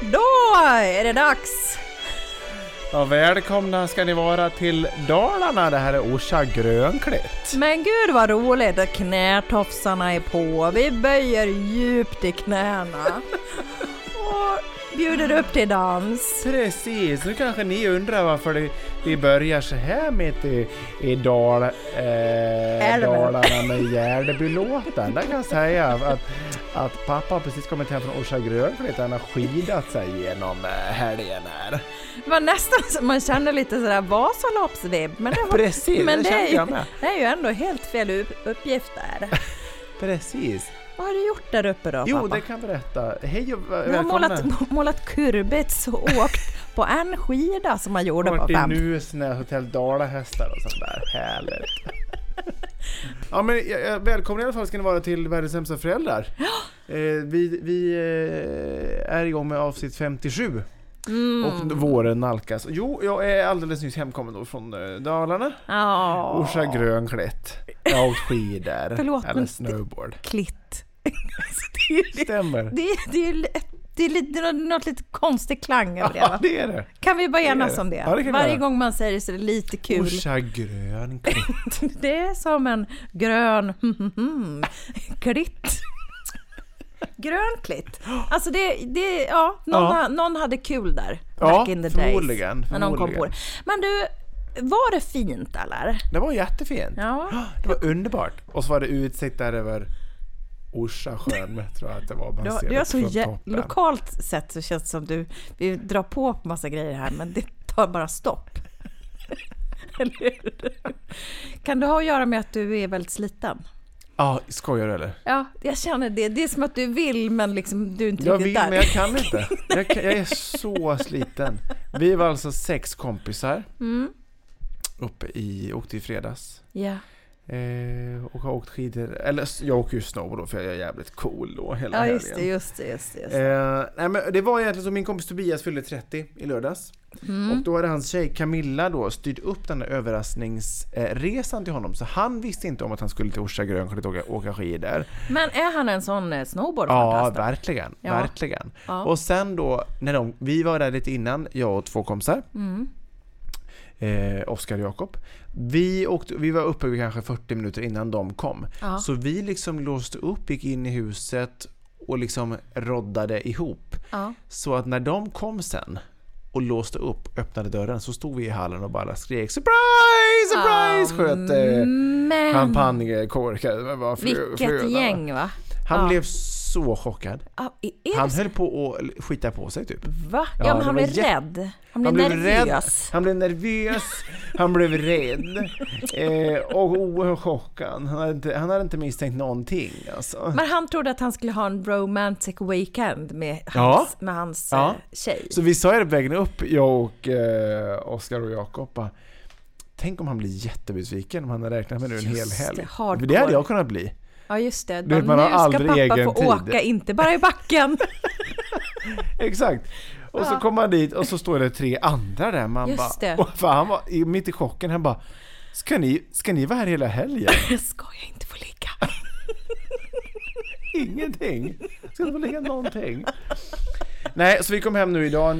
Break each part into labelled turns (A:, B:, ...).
A: Då är det dags!
B: Ja, välkomna ska ni vara till Dalarna. Det här är Orsa Grönklitt.
A: Men gud vad roligt! Knätofsarna är på, vi böjer djupt i knäna. Och bjuder upp till dans.
B: Precis, nu kanske ni undrar varför det, vi börjar så här mitt i, i Dal, eh,
A: Älven.
B: Dalarna med Gärdebylåten. Där kan jag säga att, att pappa har precis kommit hem från Orsa Grönklitt. Han har skidat sig genom eh, helgen här.
A: Det var nästan så man kände lite sådär Vasaloppsvibb. Men det, var,
B: Precis,
A: men
B: det
A: det, är
B: kände
A: ju,
B: jag med.
A: det är ju ändå helt fel upp, uppgift där.
B: Precis.
A: Vad har du gjort där uppe då
B: Jo,
A: pappa?
B: det kan jag berätta. Hej och
A: Du har
B: välkomna.
A: målat, målat kurbits och åkt på en skida som man gjorde på
B: Varit i
A: fem.
B: Nusnäs, Hotell Dalahästar och sånt där. Härligt. Ja men jag- jag- välkomna i alla fall ska ni vara till Världens sämsta föräldrar. Eh, vi vi eh, är igång med avsnitt 57.
A: Mm.
B: Och våren nalkas. Jo, jag är alldeles nyss hemkommen då från eh, Dalarna.
A: Ja.
B: Orsa Grönklätt. Jag har åkt skidor.
A: Förlåt,
B: eller
A: men-
B: snowboard.
A: Klitt. Alltså, det är ju-
B: Stämmer.
A: Det, är- det, är ju- det är lite, något lite konstig klang över det
B: Ja
A: va?
B: det är det.
A: Kan vi bara
B: är
A: enas
B: det.
A: om det?
B: Ja, det kan vi
A: Varje
B: göra. Oh,
A: gång man säger det så är det lite kul.
B: Orsa Grönklätt.
A: Det är som en grön hmm, klitt. Grön klitt. Alltså det, det ja, någon,
B: Ja.
A: ha- någon hade kul där.
B: Ja,
A: back in the
B: förmodligen,
A: days. När någon kom på
B: förmodligen.
A: det. Men du, var det fint eller?
B: Det var jättefint.
A: Ja.
B: Det var underbart. Och så var det utsikt där över Orsa sjön, tror jag att det var. Man
A: Du, har-
B: ser
A: du har
B: det
A: så
B: från
A: jä-
B: toppen.
A: lokalt sett så känns det som du, vi drar på massa grejer här men det tar bara stopp. Eller hur? Kan det ha att göra med att du är väldigt sliten?
B: Ja, skojar du eller?
A: Ja, jag känner det. Det är som att du vill men liksom du är inte
B: Jag
A: riktigt
B: vill
A: där.
B: men jag kan inte. Jag, kan, jag är så sliten. Vi var alltså sex kompisar.
A: Mm.
B: Uppe i, åkte i fredags.
A: Ja.
B: Eh, och har åkt skidor. Eller s- jag åker ju snowboard då för jag är jävligt cool då hela
A: ja,
B: helgen.
A: just det, just det, just det. Just det.
B: Eh, nej, men det var egentligen så min kompis Tobias fyllde 30 i lördags. Och då hade hans tjej Camilla då styrt upp den där överraskningsresan till honom. Så han visste inte om att han skulle till Orsa Grönsjö och åka, åka skidor.
A: Men är han en sån eh, snowboardfantast?
B: Ja, verkligen.
A: Ja.
B: verkligen.
A: Ja.
B: Och sen då, när de, vi var där lite innan, jag och två kompisar.
A: Mm.
B: Eh, Oskar och Jakob. Vi, åkte, vi var uppe kanske 40 minuter innan de kom.
A: Ja.
B: Så vi liksom låste upp, gick in i huset och liksom roddade ihop.
A: Ja.
B: Så att när de kom sen och låste upp, öppnade dörren, så stod vi i hallen och bara skrek “Surprise! Surprise!” sköt eh,
A: Ah, Men
B: champagnekorkar. Det var frö- fröna, va?
A: vilket gäng va?
B: Han
A: Ja.
B: blev så chockad.
A: Ja, är
B: Han
A: det
B: höll på att skita på sig typ.
A: Va? Ja,
B: Ja,
A: men
B: det
A: han
B: var
A: blev
B: jätte-
A: rädd. Han blev
B: Han blev rädd,
A: nervös.
B: han blev nervös, han blev rädd eh, och oerhört chockad. Han hade inte, han hade inte misstänkt någonting alltså.
A: Men han trodde att han skulle ha en romantic weekend med
B: Ja.
A: hans, med hans
B: Ja.
A: eh, tjej.
B: Så vi sa ju det på vägen upp, jag och eh, Oskar och Jakob. bara, Tänk om han blir jättebesviken om han har räknat med nu en hel
A: Just det,
B: helg.
A: hardcore.
B: För det hade jag kunnat bli.
A: Ja just det,
B: Du vet,
A: Bara,
B: man har
A: nu ska
B: aldrig
A: pappa
B: egen
A: få
B: tid."
A: åka, inte bara i backen.
B: Exakt. Och så kom han dit och så står det tre andra där. Man
A: Just
B: bara,
A: det.
B: och för han var i- mitt i chocken, han bara Ska ni, ska ni vara här hela helgen?
A: Jag ska jag inte få ligga.
B: ingenting. Jag ska inte få ligga någonting. Nej, så vi kom hem nu idag,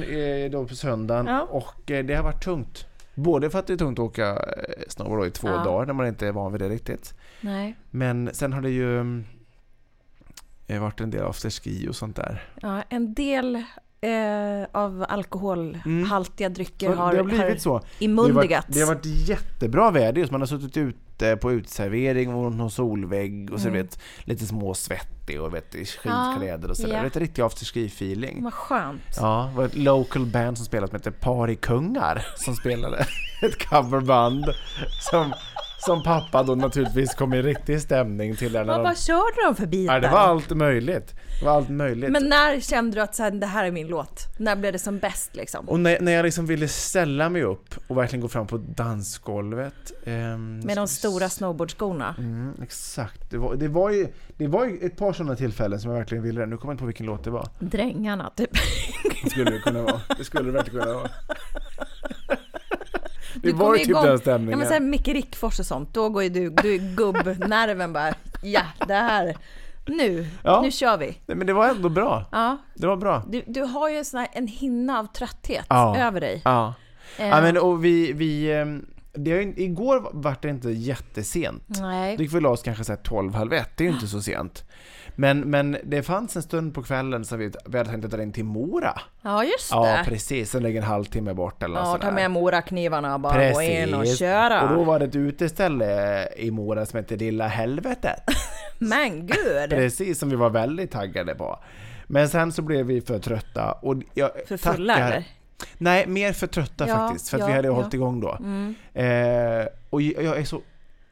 B: eh, då på söndagen,
A: Ja.
B: och eh, det har varit tungt. Både för att det är tungt att åka eh, snowboard då i två
A: Ja.
B: dagar när man inte är van vid det riktigt.
A: Nej.
B: Men sen har det ju mm, eh, varit en del afterski och sånt där.
A: Ja, en del eh, av alkoholhaltiga drycker
B: Mm. Så
A: har,
B: det har blivit så.
A: inmundigats.
B: Det har varit, det har varit jättebra väder just. Man har suttit ute på uteservering och någon solvägg och så vet, lite småsvettig och vet, i skidkläder och sådär.
A: Mm. Ja.
B: Det är ett riktigt afterski-feeling.
A: Vad skönt.
B: Ja, det var ett local band som spelade som hette Parikungar som spelade ett coverband som, som pappa då naturligtvis kom i riktig stämning till. Där när
A: Vad,
B: de,
A: vad körde de för bitar?
B: ja, det var allt möjligt. Det var allt möjligt.
A: Men när kände du att så här, det här är min låt? När blev det som bäst liksom?
B: Och när, när jag liksom ville ställa mig upp och verkligen gå fram på dansgolvet. ehm,
A: Med de stora snowboardskorna?
B: Mm, exakt. Det var, det, var ju, det var ju ett par sådana tillfällen som jag verkligen ville det. Nu kommer jag inte på vilken låt det var.
A: Drängarna typ.
B: Det skulle det kunna vara. Det skulle det verkligen kunna vara. Det
A: Du
B: var
A: kom
B: ju typ
A: igång.
B: den
A: Ja
B: stämningen.
A: men såhär Micke Rickfors och sånt, då går ju du, du är gubbnerven bara. Ja, det här. Nu,
B: Ja.
A: nu kör vi.
B: Nej, men det var ändå bra.
A: Ja,
B: Det var bra.
A: du, du har ju en, sån här, en hinna av trötthet
B: Ja.
A: över dig.
B: Ja.
A: Eh,
B: ja men och vi... vi ehm, det har ju, igår vart det inte jättesent.
A: nej.
B: Då gick vi och la oss kanske så här 12, halv ett. Det är ju inte så sent. Men, men det fanns en stund på kvällen som vi, vi hade tänkt att dra in till Mora.
A: Ja just det.
B: Ja, precis. Sen ligger en halvtimme bort eller något
A: Ja,
B: sånt
A: ta
B: där.
A: med moraknivarna och bara gå in och
B: Precis.
A: köra.
B: Och då var det ett uteställe i Mora som hette Lilla Helvetet.
A: Men gud!
B: Precis, som vi var väldigt taggade på. Men sen så blev vi för trötta. Och jag
A: För fulla
B: tackar-
A: eller?
B: Nej, mer för trötta
A: Ja,
B: faktiskt. För att
A: ja,
B: vi hade
A: ja. Mm.
B: hållit igång då. Eh, och jag jag är så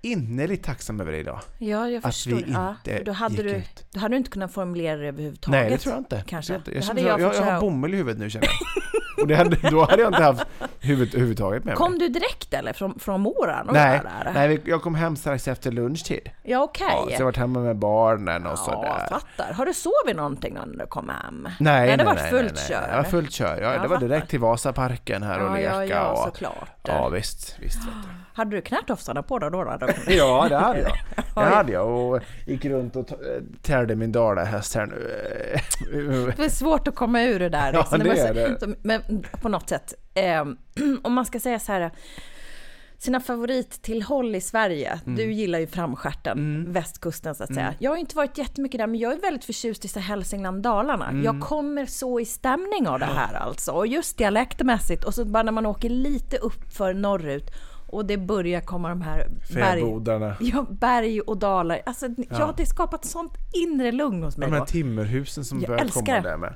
B: innerligt tacksam över det idag.
A: Ja, jag
B: Att
A: förstår.
B: vi
A: Ja,
B: inte
A: då, hade
B: gick
A: du,
B: ut.
A: då hade du inte kunnat formulera det överhuvudtaget.
B: Nej, det tror jag inte.
A: Kanske.
B: Det tror
A: Det
B: Jag,
A: hade
B: inte. jag,
A: jag
B: jag,
A: fått
B: jag, jag
A: köra.
B: har bomull i huvudet nu känner jag. Och det hade, då hade jag inte haft huvud, huvudtaget med
A: Kom
B: mig.
A: du direkt eller? Från, från moran? Och
B: Nej,
A: Där?
B: nej, vi- jag kom hem strax efter lunchtid.
A: Ja, okej.
B: Ja, så jag har varit hemma med barnen och sådär.
A: Ja, fattar. Har du sovit någonting när du kom hem?
B: Nej,
A: det
B: nej,
A: var
B: nej,
A: fullt
B: nej,
A: kör.
B: Nej, det var fullt kör. Ja,
A: Jag
B: det var
A: fattar.
B: direkt till Vasaparken här och
A: Ja,
B: leka.
A: ja, ja,
B: och...
A: såklart.
B: Ja, visst. visst vet
A: Hade du knärtofsarna på dig då? då?
B: du. ja, det hade jag. Det hade jag och gick runt och ta- eh, tärde min dalahäst här nu.
A: Det är svårt att komma ur det där.
B: Ja,
A: liksom.
B: det
A: var
B: är det.
A: så, Men på något sätt, eh, om man ska säga så här, sina favorittillhåll i Sverige.
B: Mm.
A: Du gillar ju framstjärten, västkusten så att säga. Jag har ju inte varit jättemycket där, men jag är väldigt förtjust i så här Hälsingland, Dalarna.
B: Mm.
A: Jag kommer så i stämning av det här alltså. Och just dialektmässigt. Och så bara när man åker lite upp för norrut och det börjar komma de här berg,
B: Fäbodarna.
A: ja, berg och dalar. Alltså, ja. det har skapat sånt inre lugn hos mig.
B: De här
A: då.
B: timmerhusen som
A: Jag
B: börjar
A: älskar
B: komma
A: det.
B: där med.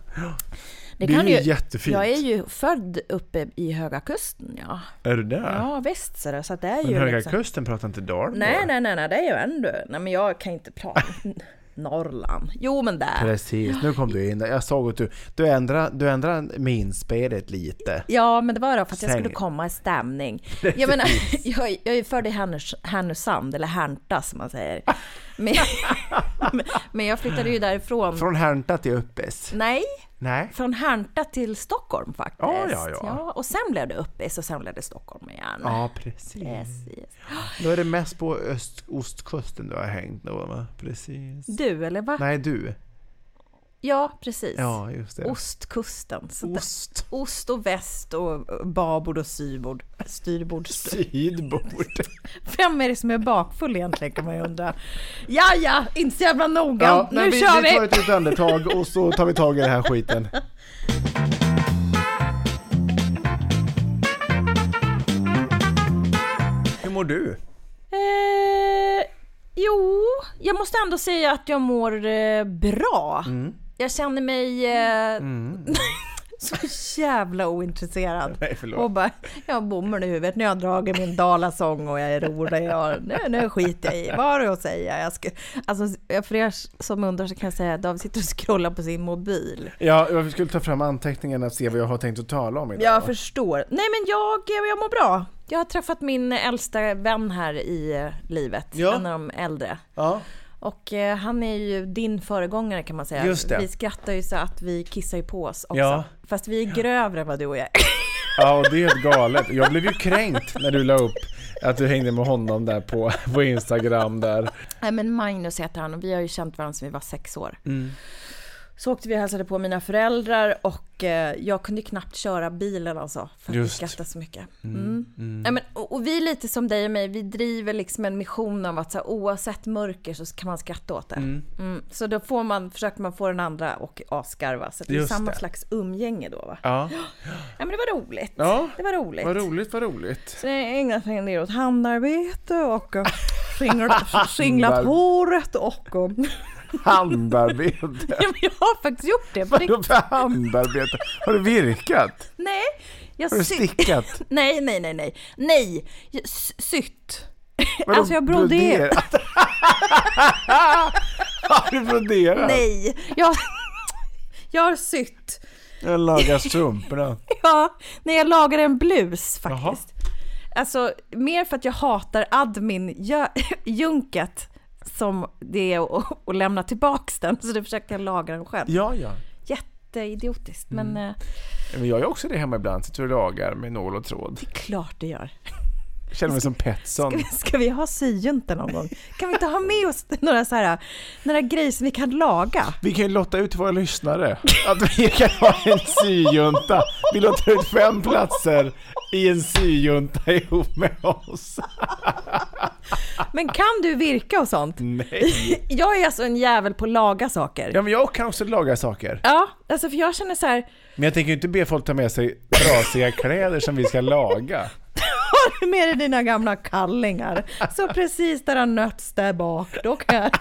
A: Det,
B: Det är
A: kan
B: ju
A: du
B: jättefint.
A: Jag är ju född uppe i Höga Kusten, ja.
B: Är du där?
A: Ja, visst så, det, så att det är
B: Men
A: ju
B: Höga
A: liksom...
B: Kusten pratar inte Dalarna?
A: Nej, nej, nej, nej, det är ju ändå... Nej, men jag kan inte prata... Norrland. Jo, men där.
B: Precis, nu kom du in. Jag såg att du, du ändrade, du ändrade minspelet lite.
A: Ja, men det var då för att jag skulle
B: Säng.
A: komma i stämning. Jag menar, jag, är- jag är född i Härnös- Härnösand, eller Härnta som man säger. Men, men- men jag flyttade ju därifrån.
B: Från Härnta till Uppes.
A: Nej,
B: Nej.
A: Mm. från Härnta till Stockholm faktiskt.
B: Ja, ja, ja.
A: och sen blev det Uppis och sen blev det Stockholm igen.
B: Ja, precis.
A: Yes, yes.
B: Då är det mest på öst, ostkusten du har hängt då, va? Precis.
A: Du, eller va?
B: Nej, du.
A: Ja, precis.
B: Ja, just det.
A: Ostkusten. Så där-
B: Ost.
A: Ost och väst och babord och sybord. Styrbord.
B: Sydbord.
A: Vem är det som är bakfull egentligen kan man ju undra. Ja, ja, inte så jävla noga.
B: Ja, men
A: nu
B: vi,
A: kör
B: vi
A: vi!
B: tar ett djupt andetag och så tar vi tag i den här skiten. Hur mår du?
A: Eh, jo, jag måste ändå säga att jag mår eh, bra.
B: Mm.
A: Jag känner mig eh, så jävla ointresserad.
B: Nej, förlåt.
A: och bara, jag har bomull i huvudet när jag drar min dalasång och jag är rolig. Jag, nu, nu skiter jag i vad du att säga. Jag ska, alltså, för er som undrar så kan jag säga att David sitter och scrollar på sin mobil.
B: Ja, jag skulle ta fram anteckningarna och se vad jag har tänkt att tala om idag.
A: Jag förstår. Nej men jag, jag mår bra. Jag har träffat min äldsta vän här i eh, livet,
B: Ja.
A: en av de äldre.
B: ja.
A: Och eh, han är ju din föregångare kan man säga.
B: Just det.
A: Vi skrattar ju så att vi kissar ju på oss också.
B: Ja.
A: Fast vi är grövre än vad du och jag är.
B: Ja, och det är helt galet. Jag blev ju kränkt när du la upp att du hängde med honom där på, på Instagram där.
A: Nej, men Magnus heter han och vi har ju känt varandra sedan vi var sex år.
B: Mm.
A: Så åkte vi och hälsade på mina föräldrar och eh, jag kunde knappt köra bilen alltså. För att vi
B: Just.
A: skrattade så mycket. Mm. Nej, men, och, och vi är lite som dig och mig, vi driver liksom en mission om att så här, oavsett mörker så kan man skratta åt det. Mm. Så då får man, försöker man få den andra och asgarva. Så att det är
B: Just
A: samma
B: det.
A: slags umgänge då va?
B: Ja.
A: Ja men det var roligt.
B: Ja.
A: Det var roligt.
B: Vad roligt, vad roligt.
A: Så jag har ägnat mig en Eh, del åt handarbete och eh, singlat, singlat håret och... eh, och-
B: Handarbete.
A: Ja, men jag har faktiskt gjort det. på riktigt.
B: Vadå för handarbete? Har det virkat?
A: Nej, jag
B: Har du
A: sy-
B: stickat?
A: Nej, nej, nej, nej. Nej, jag- s- sytt.
B: Vadå
A: alltså jag broderar.
B: broderat? Har du broderat?
A: Nej, jag, jag har sytt.
B: Jag lagar strumporna.
A: Ja, när jag lagar en blus faktiskt. Alltså mer för att jag hatar admin-junket som det är att- att lämna tillbaks den. Så det försökte jag laga den själv.
B: Ja, ja.
A: Jätteidiotiskt, men eh,
B: Men jag gör också det hemma ibland. Sitter och lagar med nål och tråd.
A: det är klart det gör.
B: Känner mig som Petson.
A: Ska vi, ska vi ha syjunta någon gång? Kan vi inte ha med oss några, så här, några grejer som vi kan laga?
B: Vi kan ju lotta ut till våra lyssnare att vi kan ha en syjunta. Vi lottar ut fem platser i en syjunta ihop med oss.
A: Men kan du virka och sånt?
B: Nej.
A: Jag är alltså en jävel på att laga saker.
B: Mm. Ja, men jag kan också laga saker.
A: Ja, alltså för jag känner så här,
B: Men jag tänker ju inte be folk ta med sig trasiga kläder som vi ska laga.
A: har du med dig dina gamla kallingar? Så precis där har nötts där bak, då kan jag...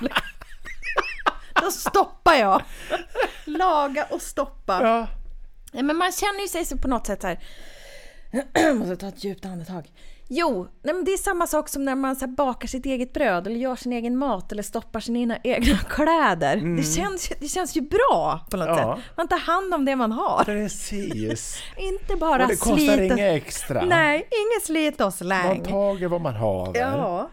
A: Då stoppar jag. Laga och stoppa.
B: Ja.
A: Nej, men man känner ju sig så på något sätt så här. Jag måste ta ett djupt andetag. Jo, nej, men det är samma sak som när man så här, bakar sitt eget bröd eller gör sin egen mat eller stoppar sina egna kläder. Det, känns, det känns ju bra på något
B: Mm. Ja.
A: sätt. Man tar hand om det man har.
B: Precis.
A: Inte bara
B: Och det kostar
A: slit och-
B: inget extra.
A: Nej, inget slit och
B: Man
A: släng.
B: tager vad man har.
A: Ja.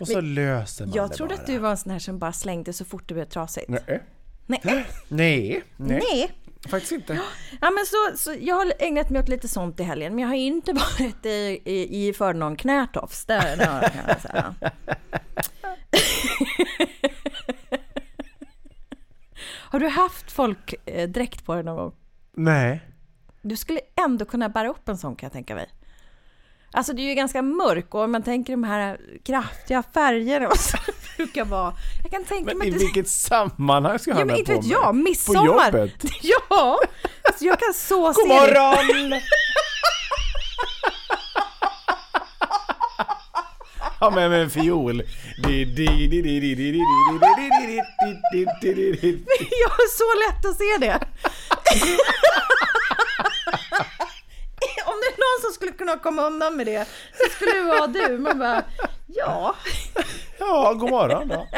B: Och så löser man
A: Jag
B: det
A: trodde
B: bara.
A: att du var en sån här som bara slängde så fort det blev trasigt.
B: Nej.
A: Nej.
B: Nej. Nej.
A: Nej.
B: Faktiskt inte.
A: Ja, men så, så jag har ägnat mig åt lite sånt i helgen, men jag har inte varit i, i, i för någon knätofs. Där, där, kan jag säga. har du haft folkdräkt på dig någon gång?
B: Nej.
A: Du skulle ändå kunna bära upp en sån kan jag tänka mig. Alltså det är ju ganska mörk och om man tänker de här kraftiga färgerna och så brukar vara. Jag kan tänka
B: Men
A: mig
B: i
A: att du...
B: vilket sammanhang ska
A: Ja
B: han
A: men
B: ha
A: inte
B: på
A: vet
B: mig?
A: jag, midsommar!
B: På jobbet?
A: Ja! Så jag kan så se
B: God
A: dig.
B: morgon! Ja men med en fiol. Di, di, di, di, di, di, di, di, di, di, di, di, di, di, di, di.
A: Jag har så lätt att se det. Om det är någon som skulle kunna komma undan med det så skulle det vara du. Man bara, ja.
B: Ja, god morgon då.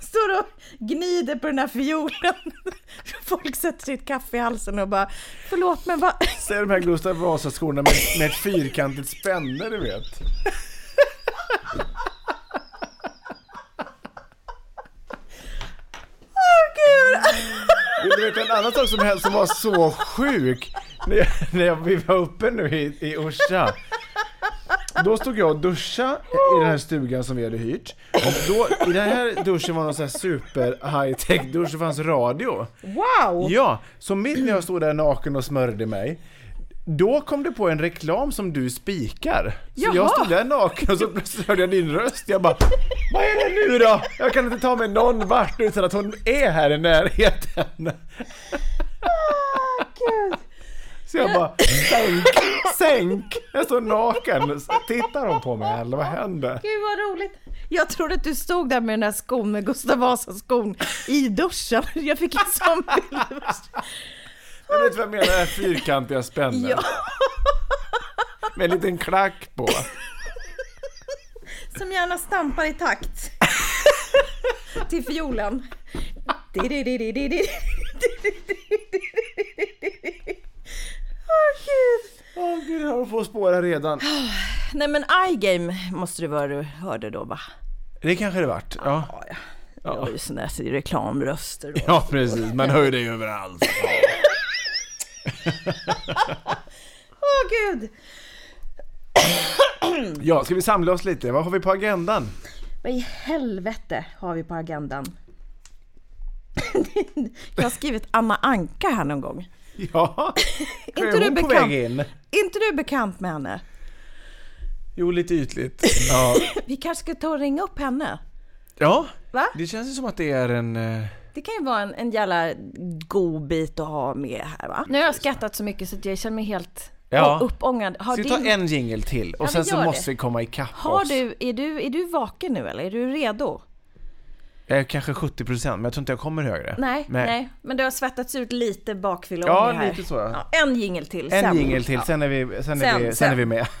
A: Står och gnider på den här fiolen. Folk sätter sitt kaffe i halsen och bara, förlåt men vad...
B: Ser de här Gustav Vasa-skorna med, med ett fyrkantigt spänne du vet.
A: Åh gud!
B: Men Du vet en annan sak som hände som var så sjuk. När, jag, när jag, vi var uppe nu i, i Orsa. Då stod jag och duscha i den här stugan som vi hade hyrt. Och då, i den här duschen var någon sån här super high tech dusch, det fanns radio.
A: Wow!
B: Ja, så mitt när jag stod där naken och smörjde mig. Då kom det på en reklam som du spikar. Så
A: Jaha.
B: jag stod där naken och så plötsligt hörde jag din röst. Jag bara, vad är det nu då? Jag kan inte ta mig någon vart utan att hon är här i närheten.
A: Gud.
B: Så jag bara, sänk, sänk. Jag står naken. Så tittar hon på mig eller vad händer?
A: Gud vad roligt! Jag trodde att du stod där med den där skon, med Gustav Vasa-skon, i duschen. Jag fick en sån bild.
B: Jag vet vad jag menar, det här fyrkantiga spännet.
A: Ja.
B: Med en liten klack på.
A: Som gärna stampar i takt. Till fiolen. Di-di-di-di-di-di. Åh gud.
B: Åh gud, jag håller på att spåra redan.
A: Nej men iGame måste det vara du hörde då va?
B: Det kanske det vart. Ja.
A: Det var ju sådana där reklamröster då.
B: Ja precis, man hör ju dig överallt.
A: Åh gud!
B: Ja, ska vi samla oss lite? Vad har vi på agendan?
A: Vad i helvete har vi på agendan? Jag har skrivit Anna Anka här någon gång.
B: Ja,
A: inte, du
B: hon på
A: bekant,
B: väg in?
A: inte du bekant med henne?
B: Jo, lite ytligt. Ja.
A: Vi kanske ska ta och ringa upp henne?
B: ja,
A: Va?
B: det känns ju som att det är en... eh,
A: Det kan ju vara en, en jävla god bit att ha med här va? Nu har jag skrattat så mycket så att jag känner mig helt
B: Ja.
A: uppångad. Har,
B: Ska vi ta
A: din,
B: en jingle till och
A: Ja,
B: sen
A: vi
B: så
A: gör
B: måste
A: det.
B: vi komma ikapp
A: har
B: oss.
A: du, är du, är du vaken nu eller? Är du redo?
B: Jag är kanske 70% men jag tror inte jag kommer högre.
A: Nej, nej. Men du har svettats ut lite bakfylleånger
B: Ja,
A: här.
B: lite så, ja.
A: en jingel till.
B: En
A: sen.
B: jingle till, sen är vi, sen är
A: Sen,
B: vi, sen.
A: sen.
B: Är vi med.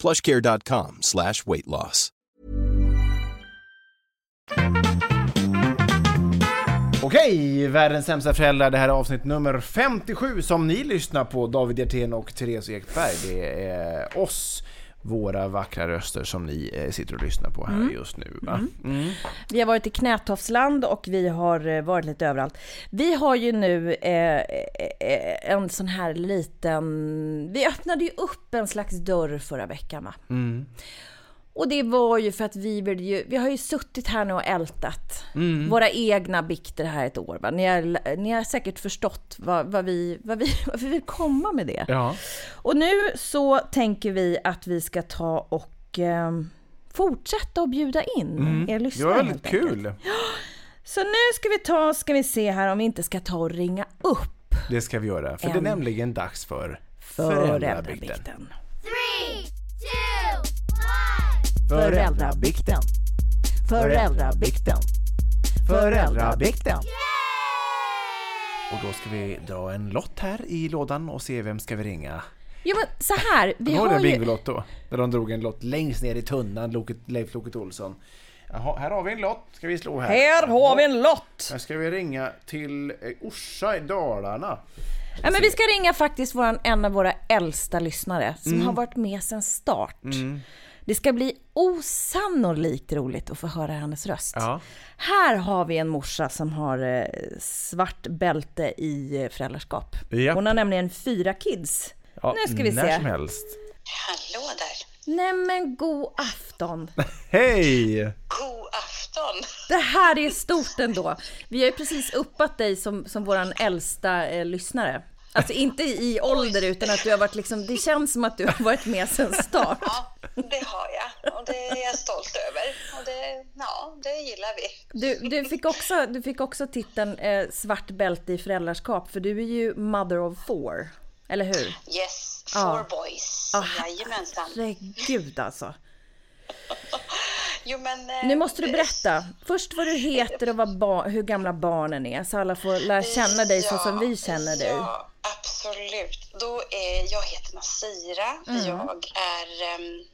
C: plushcare.com slash weight loss.
B: Okej, världens sämsta föräldrar. Det här är avsnitt nummer 57 som ni lyssnar på. David Hjertén och Therese Ekberg. Det är oss, våra vackra röster som ni eh, sitter och lyssnar på här
A: Mm.
B: just nu. Va?
A: Vi har varit i Knätofsland och vi har eh, varit lite överallt. Vi har ju nu eh, eh, en sån här liten... Vi öppnade ju upp en slags dörr förra veckan va?
B: Mm.
A: Och det var ju för att vi vill ju... Vi har ju suttit här nu och ältat
B: Mm.
A: våra egna bikter här ett år va? Ni har, ni har säkert förstått vad, vad, vi, vad, vi, vad vi vill komma med det.
B: Ja.
A: Och nu så tänker vi att vi ska ta och eh, fortsätta att bjuda in er
B: Det
A: lyssnare.
B: var väldigt
A: helt enkelt.
B: Mm. kul.
A: Så nu ska vi ta, ska vi se här om vi inte ska ta och ringa upp
B: Det ska vi göra. För det är
A: En.
B: nämligen dags för
A: föräldrabikten.
B: Föräldrabikten.
D: Three, two, one.
A: Föräldrabikten.
B: Föräldrabikten. Föräldrabikten.
D: Yay!
B: Och då ska vi dra en lott här i lådan och se vem ska vi ringa.
A: Jo men så här, vi
B: Kommer du
A: har
B: ihåg den
A: ju...
B: Bingolotto? Där de drog en lott längst ner i tunnan, Loket, Leif Loket Olsson. Jaha, här har vi en lott. Ska vi slå här?
A: Här har vi en lott!
B: Här ska vi ringa till eh, Orsa i Dalarna.
A: Ja, men vi ska ringa faktiskt våran, en av våra äldsta lyssnare som
B: Mm.
A: har varit med sedan start. Det ska bli osannolikt roligt att få höra hennes röst.
B: Ja.
A: Här har vi en morsa som har eh, svart bälte i eh, föräldraskap.
B: Japp.
A: Hon har nämligen fyra kids. nu ska vi
B: när som
A: se.
B: helst.
E: Hallå där!
A: Nej men god afton!
B: Hej!
E: God afton!
A: Det här är stort ändå. Vi har ju precis uppat dig som, som våran äldsta eh, lyssnare. Alltså inte i ålder utan att du har varit liksom, det känns som att du har varit med sedan start.
E: Ja, det har jag och det är jag stolt över. Och det, ja, det gillar vi.
A: Du, du, fick, också, du fick också titeln eh, svart bälte i föräldraskap för du är ju mother of four. Eller hur?
E: Yes,
A: Ja.
E: four boys.
A: Ja.
E: Jajamensan.
A: Herregud alltså.
E: Jo, men, eh,
A: Nu måste du berätta. Först vad du heter och vad ba- hur gamla barnen är så alla får lära känna dig så som vi känner dig.
E: Ja, absolut. Då är, jag heter Nasira.
A: Mm.
E: Jag är em,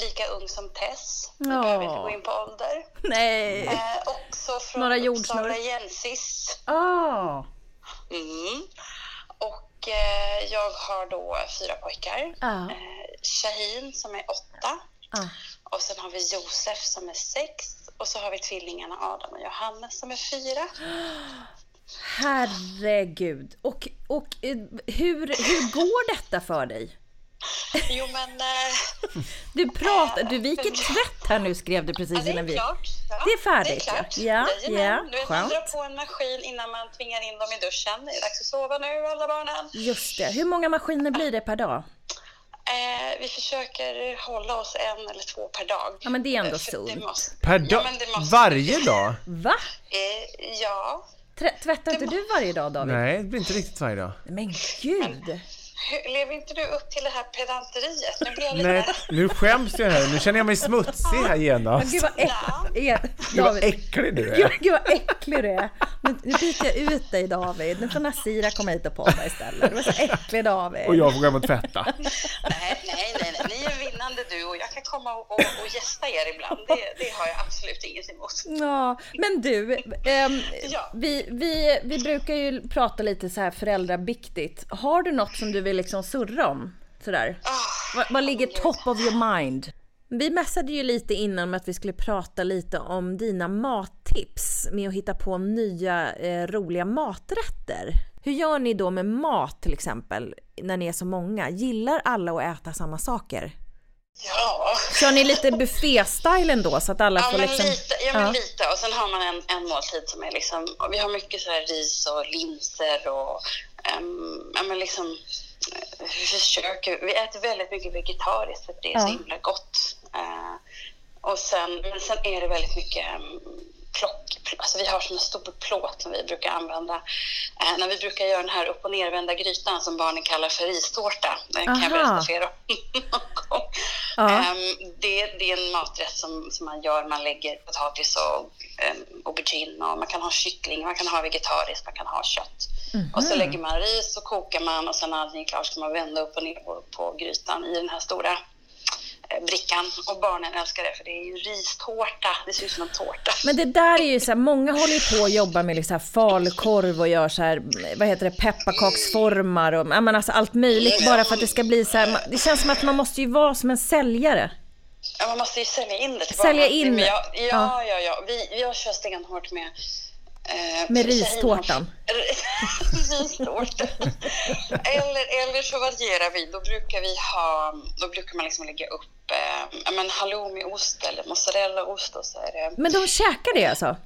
E: lika ung som Tess. Vi
A: Ja.
E: behöver inte gå in på ålder.
A: Nej!
E: Eh, också från
A: Norra
E: Några
A: jordsnurr.
E: Uppsala Jensis.
A: Ah.
E: Mm. Och Och eh, jag har då fyra pojkar.
A: Ja.
E: Eh, Shahin som är åtta.
A: Ja.
E: Och sen har vi Josef som är sex. Och så har vi tvillingarna Adam och Johannes som är fyra.
A: Herregud. Och, och eh, hur, hur går detta för dig?
E: Jo men, eh,
A: Du pratar, du viker tvätt här nu skrev du
E: ja,
A: precis
E: det
A: innan
E: är
A: vi...
E: klart. Ja,
A: Det är färdigt,
E: Det är klart.
A: ja. Ja, ja,
E: Jajamän. Du vet, man
A: skönt.
E: drar på en maskin innan man tvingar in dem i duschen. Det är dags att sova nu alla barnen.
A: Just det. Hur många maskiner blir det per dag?
E: Eh, vi försöker hålla oss en eller två per dag.
A: Ja, men det är ändå
E: Eh, för
A: sol.
E: det måste-
B: Per
E: Ja,
B: dag?
E: men det måste-
B: Varje dag?
A: Va?
E: Eh, ja.
A: Trä- Tvättar inte du varje dag David?
B: Nej, det blir inte riktigt varje dag.
A: Men gud!
E: Hur- Lever inte du upp till det här pedanteriet? Nu blir jag lite...
B: Nej, nu skäms jag här. Nu känner jag mig smutsig här
A: Men
B: genast.
A: Gud vad äcklig,
B: Gud vad
A: David.
B: äcklig du
A: Gud,
B: är.
A: gud vad äcklig du är! Nu, nu byter jag ut dig David. Nu får Nasira komma hit och podda istället. Du var så äcklig David.
B: Och jag får gå hem och tvätta.
E: Nej, nej, nej, nej. Ni är vinnande du och jag kan komma och, och, och gästa er ibland. Det, det har jag absolut inget emot.
A: Ja, men du, ehm,
E: Ja.
A: vi, vi, vi brukar ju prata lite så här föräldrabiktigt. Har du något som du vill liksom surra om? Sådär.
E: Ah,
A: Vad, vad ligger
E: herregud.
A: top of your mind? Vi messade ju lite innan med att vi skulle prata lite om dina mattips med att hitta på nya eh, roliga maträtter. Hur gör ni då med mat till exempel när ni är så många? Gillar alla att äta samma saker?
E: Ja.
A: Kör ni lite buffé-stylen då så att alla
E: Ja
A: får
E: men,
A: liksom...
E: lite, ja, men
A: Ja.
E: lite. Och sen har man en, en måltid som är liksom... och Vi har mycket så här ris och linser och... ehm, ja, men liksom, eh, vi försöker... Vi äter väldigt mycket vegetariskt för att det är så
A: Ja.
E: himla gott. Eh, och sen, men sen är det väldigt mycket um, plock. pl- Alltså vi har som en stor plåt som vi brukar använda eh, när vi brukar göra den här upp och nervända grytan som barnen kallar för ristårta. Den kan jag
A: Aha.
E: berätta för er om någon gång.
A: Ja.
E: Ehm, det, det är en maträtt som, som man gör. Man lägger potatis och um, aubergine och man kan ha kyckling, man kan ha vegetariskt, man kan ha kött. Och så lägger man ris och kokar man och sen när allting är klart ska man vända upp och ner på, på grytan i den här stora eh, brickan och barnen älskar det för det är ju ristårta. Det ser ut som en tårta.
A: Men det där är ju så här, många håller ju på och jobbar med liksom så här falukorv och gör så här, vad heter det, pepparkaksformar och ja, men alltså allt möjligt bara för att det ska bli så här, ma- det känns som att man måste ju vara som en säljare.
E: Ja, man måste ju sälja in det till
A: Sälja
E: barnen.
A: in
E: Men
A: det.
E: jag,
A: Ja.
E: ja, ja, ja. Vi, jag kör stenhårt med... Eh,
A: Med
E: för tjejerna.
A: ristårtan.
E: ristårtan. eller, eller så varierar vi. Då brukar vi ha... Då brukar man liksom lägga upp eh, ja, men halloumiost eller mozzarellaost och så är det...
A: Men de käkar det alltså?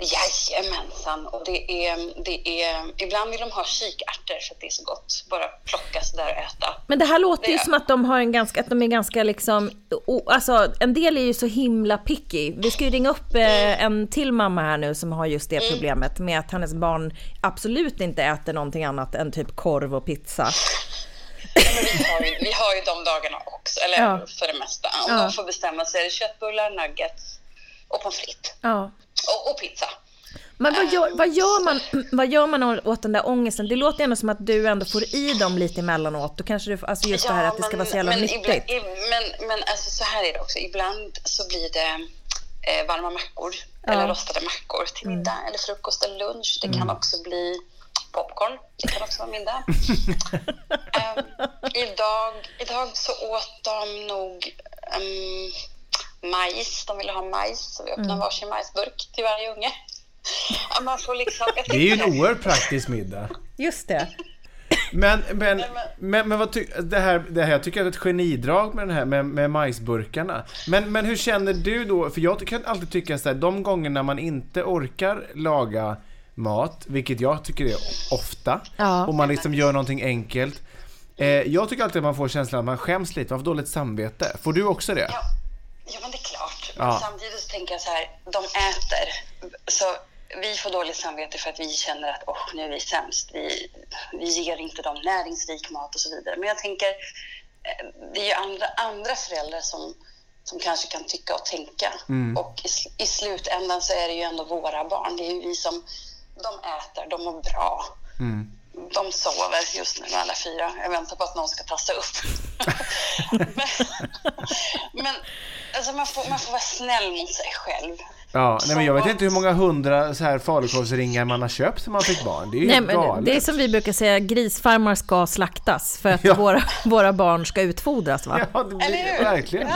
E: Jajamensan! Och det är, det är, ibland vill de ha kikärtor för att det är så gott. Bara plocka sådär och äta.
A: Men det här låter ju
E: Det-
A: som att de har en ganska, att de är ganska liksom, o, alltså en del är ju så himla picky. Vi ska ju ringa upp eh, en till mamma här nu som har just det problemet med att hennes barn absolut inte äter någonting annat än typ korv och pizza.
E: Men vi, har ju, vi har ju de dagarna också, eller
A: Ja.
E: för det mesta. Om
A: Ja.
E: de får bestämma sig är det köttbullar, nuggets och pommes frites.
A: Ja.
E: Och, och pizza.
A: Men vad gör, vad, gör man, vad gör man å- åt den där ångesten? Det låter ju ändå som att du ändå får i dem lite emellanåt. Då kanske du, får- alltså just det här att det ska vara så jävla
E: men, ibland,
A: nyttigt.
E: i, men, men alltså, så här är det också. Ibland så blir det eh, varma mackor eller rostade mackor till
A: Mm.
E: middag eller frukost eller lunch. Det kan också bli popcorn. Det kan också vara middag. Ehm, idag, idag så åt de nog ehm, majs. De ville ha majs, så vi öppnade varsin majsburk till varje unge. Ja, Man får liksom, jag
B: Det är ju en
E: tänkte-
B: oerhört praktisk middag.
A: Just det.
B: Men, men, men, men vad ty- det, här, det här, jag tycker att det är ett genidrag med, den här, med, med majsburkarna. Men, men hur känner du då? För jag kan alltid tycka så här, de gångerna man inte orkar laga mat, vilket jag tycker är ofta,
A: Ja.
B: och man liksom gör någonting enkelt. Eh, jag tycker alltid att man får känslan att man skäms lite, man får dåligt samvete. Får du också det?
E: Ja, ja men det är klart.
B: Ja.
E: Men samtidigt så tänker jag så här, de äter. Så vi får dåligt samvete för att vi känner att oh, nu är vi sämst. Vi, vi ger inte dem näringsrik mat och så vidare. Men jag tänker, eh, det är ju andra, andra föräldrar som, som kanske kan tycka och tänka. Och i, sl- i slutändan så är det ju ändå våra barn. Det är ju vi som, de äter, de mår bra. De sover just nu alla fyra. Jag väntar på att någon ska tassa upp. men men alltså man, får, man får vara snäll mot sig själv.
B: Ja, nej, men jag vet inte hur många hundra så här falukorvsringar man har köpt som man fick barn. Det är ju
A: Nej,
B: helt
A: men
B: galet.
A: det är som vi brukar säga, grisfarmar ska slaktas för att
B: Ja.
A: våra, våra barn ska utfodras. Va?
B: Ja, det
E: Eller
B: blir,
E: hur?
B: verkligen.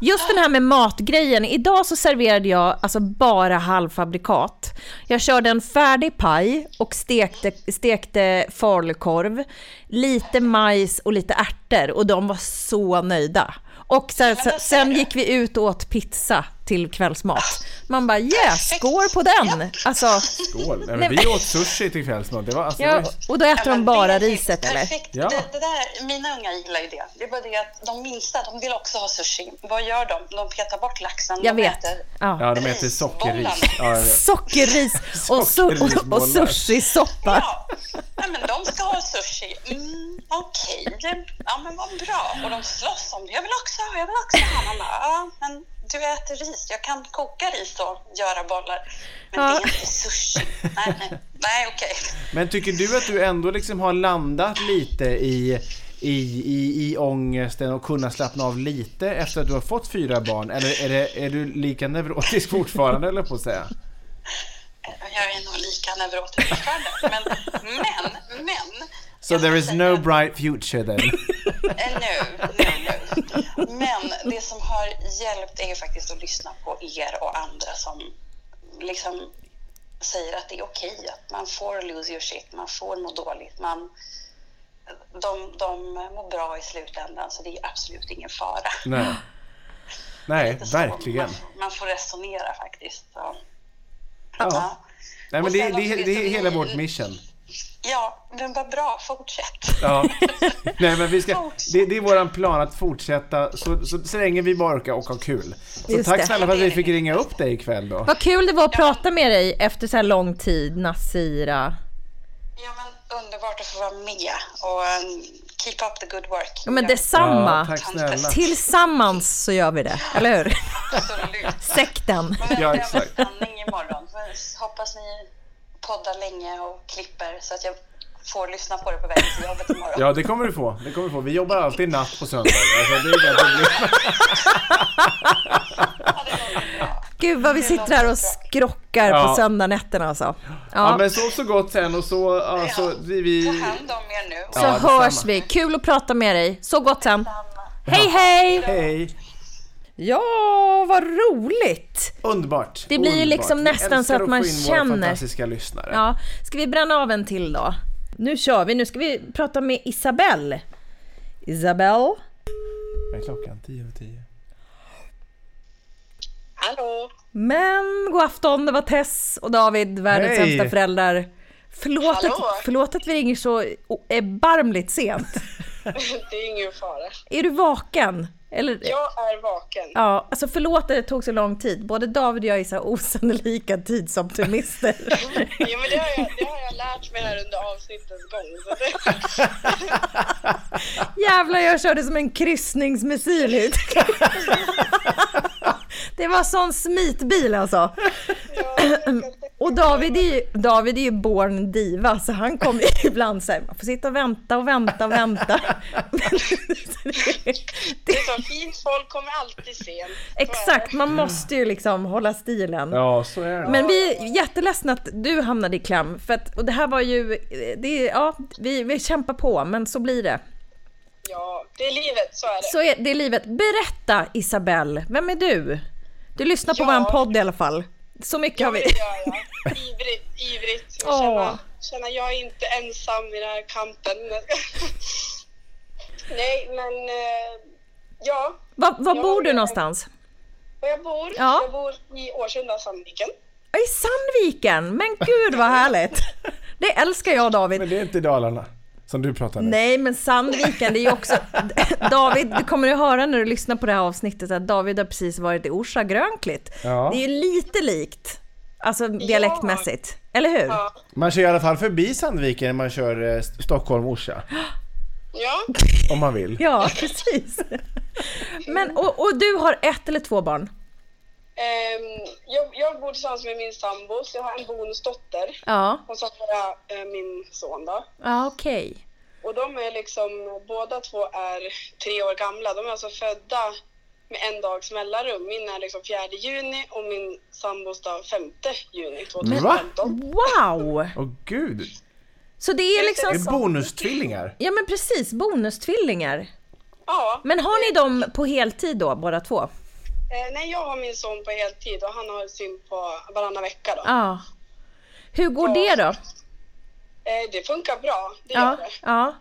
A: Just den här med matgrejen. Idag så serverade jag alltså bara halvfabrikat. Jag körde en färdig paj och stekte, stekte falukorv, lite majs och lite ärtor och de var så nöjda. Och sen, sen, sen gick vi ut och åt pizza till
E: Ah,
A: kvällsmat. Man bara yeah, skål på den! Alltså,
B: Skål. Nej, men vi åt sushi till kvälls någon. Det var, alltså, det
A: ja,
B: var
A: och då äter de
E: Ja, men
A: bara
E: det är
A: riset eller?
E: Perfekt.
B: Ja.
E: Det, det där, mina ungar gillar ju det. Det är bara det att de minsta, de vill också ha sushi. Vad gör de? De petar bort laxen.
A: Jag
E: de
A: vet.
E: Äter.
A: Ja.
B: Ja, de äter sockerris. Ja, jag vet.
A: Sockerris och, su- och, och
B: Sockerrisbollar.
A: sushi-soppa.
E: Ja, Nej, men de ska ha sushi. Mm, Okej, ja men vad bra. Och de slåss om det. Jag vill också ha, jag vill också ha. Man bara, ja men du äter ris. Jag kan koka ris och göra bollar. Men
A: Ja.
E: det är inte sushi. Nej, nej, nej okej.
B: Men tycker du att du ändå liksom har landat lite i, i, i, i ångesten och kunna slappna av lite efter att du har fått fyra barn? Eller är, det, är du lika neurotisk fortfarande eller på att säga?
E: Jag är nog lika neurotisk fortfarande. Men, men, men.
B: So there is no bright future then.
E: Eh, Nu, nu, nu. Men det som har hjälpt är ju faktiskt att lyssna på er och andra som liksom säger att det är okej att man får lose your shit, man får må dåligt, man, de, de mår bra i slutändan så det är absolut ingen fara.
B: Nej. Nej,
E: Så
B: verkligen.
E: Man, man får resonera faktiskt. Så.
B: Ja. Nej men det, det, det är hela vårt mission.
E: Ja, men vad bra, fortsätt.
B: Ja. Nej men vi ska, det, det är våran plan att fortsätta så, så, så länge vi bara orkar och har kul. Så
A: Just det.
B: tack snälla för att vi fick ringa upp dig ikväll då.
A: Vad kul det var att prata med dig efter så här lång tid, Nasira.
E: Ja, men underbart att få vara med och um, keep up the good work.
A: Ja, men detsamma.
B: Ja, tack snälla.
A: Tillsammans så gör vi det, eller hur?
E: Absolut.
A: Sekten.
B: Ja, exakt.
E: Sanning imorgon. Så Hoppas ni poddar länge och klipper så att jag får lyssna på det på vägen till jobbet imorgon.
B: Ja, det kommer du få. Det kommer du få. Vi jobbar alltid natt på söndagar. Alltså, det är inga problem.
E: Ja, det låter bra.
A: Gud vad vi sitter här och skrockar på
B: Ja.
A: söndagnätterna alltså.
B: Ja,
A: Ja,
B: men sov så gott sen och så... Ja, så vi, vi...
E: Ta hand om er nu.
A: så
B: ja,
A: hörs
B: detsamma.
A: vi. Kul att prata med dig. Så gott sen. Hej, hej!
B: Hej!
A: Ja, vad roligt.
B: Underbart!
A: Det blir ju
B: Underbart.
A: liksom
B: Vi
A: nästan
B: älskar
A: så att man
B: få in våra
A: känner.
B: fantastiska lyssnare.
A: Ja, ska vi bränna av en till då? Nu kör vi, nu ska vi prata med Isabelle. Isabelle?
B: Är klockan tio över tio?
E: Hallå!
A: Men god afton, det var Tess och David, världens
B: Hej.
A: sämsta föräldrar. Förlåt att,
E: Hallå.
A: förlåt att vi ringer så o- erbarmligt sent.
E: Det är ingen fara.
A: Är du vaken? Eller,
E: Jag är vaken.
A: ja, alltså förlåt att det tog så lång tid. Både David och jag är så här osannolika tidsoptimister.
E: Ja, men det, har jag, det har jag lärt mig här under avsnittens gång. Så det,
A: Jävlar, jag körde som en kryssningsmissil ut. Det var sån smitbil alltså. Och David är, ju, David är ju born diva, så han kom ju ibland så här, man får sitta och vänta och vänta och vänta.
E: det är så fint folk kommer alltid sent.
A: Exakt, man måste ju liksom hålla stilen.
B: Ja, så är det.
A: Men vi är jätteledsna att du hamnade i kläm, för att, och det här var ju, det, är- ja, vi, vi kämpar på, men så blir det.
E: Ja, det är livet, så är det.
A: Så är det är livet. Berätta Isabelle, vem är du? Du lyssnar på
E: Ja.
A: våran podd i alla fall. Så mycket har vi.
E: Det gör jag. Ivrigt, ivrigt. Och
A: Åh.
E: känna, känna jag är inte ensam i den här kampen. Nej, men eh, ja,
A: Var, var
E: Ja,
A: bor du
E: jag-
A: någonstans?
E: var jag bor.
A: Ja.
E: Jag bor i Årsunda, Sandviken.
A: Ja, I Sandviken! Men gud vad härligt! Det älskar jag
B: Men
A: David.
B: det är inte Dalarna som du pratar med.
A: Nej men Sandviken det är ju också... David, du kommer att höra när du lyssnar på det här avsnittet att David har precis varit i Orsa Grönklitt.
B: Ja.
A: Det är ju lite likt, alltså dialektmässigt. Eller hur?
B: Man kör i alla fall förbi Sandviken när man kör eh, St- Stockholm-Orsa.
E: Ja,
B: Om man vill.
A: Ja, precis. Men, och, och du har ett eller två barn?
E: ehm, jag, jag bor tillsammans med min sambo, så jag har en bonusdotter.
A: Ja.
E: Hon ska vara eh, min son då.
A: Ja, okej.
E: Och de är liksom, båda två är tre år gamla. De är alltså födda med en dags mellanrum. Min är liksom 4 juni och min sambos dag 5 juni 2015.
A: Wow!
B: Åh gud,
A: Så det är
B: det
A: liksom...
B: är bonustvillingar.
A: Ja men precis, bonustvillingar.
E: Ja.
A: Men har ni dem på heltid då, båda två?
E: Eh, nej, jag har min son på heltid och han har sin på varannan vecka då.
A: Ja. Hur går det då?
E: Eh, det funkar bra, det gör
A: Ja.
E: det Mm.
A: ja.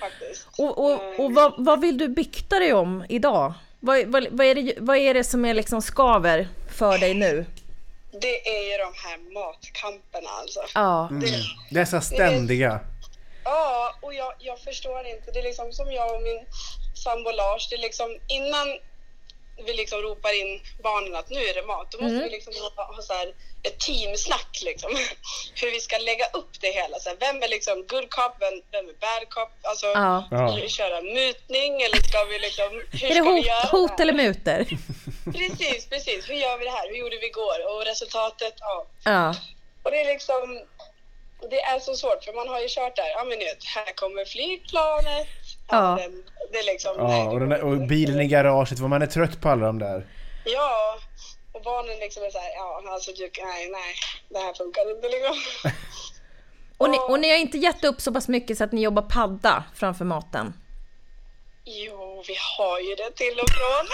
E: faktiskt.
A: Och, och, och vad, vad vill du bykta dig om idag? Vad, vad, vad, är det, vad är det som är liksom skaver för dig nu?
E: Det är ju de här matkamperna alltså.
A: Ja.
E: Det,
B: Dessa ständiga.
E: Ja, och jag, jag förstår inte. Det är liksom som jag och min sambo Lars. Det är liksom innan vi liksom ropar in barnen att nu är det mat, då måste
A: Mm.
E: vi liksom ha, ha så här ett teamsnack. Liksom. Hur vi ska lägga upp det hela. Så här, vem är liksom good cop, vem, vem är bad cop? Alltså,
A: Ja.
B: Ja.
E: ska vi köra mutning eller ska vi liksom... Hur
A: Är det
E: ska vi
A: hot,
E: göra?
A: hot eller muter?
E: Precis, precis. Hur gör vi det här? Hur gjorde vi igår? Och resultatet, ja.
A: Ja.
E: Och det är liksom... Det är så svårt för man har ju kört där. Ja men ni vet, här kommer flygplanet.
A: Ja.
E: Den, det är liksom...
B: Ja, och, den där, och bilen i garaget, för man är trött på alla de där.
E: Ja. Och barnen liksom är såhär, ja alltså du, nej nej, det här funkar inte liksom.
A: Och ni, och ni har inte gett upp så pass mycket så att ni jobbar padda framför maten?
E: Jo, vi har ju det till och från.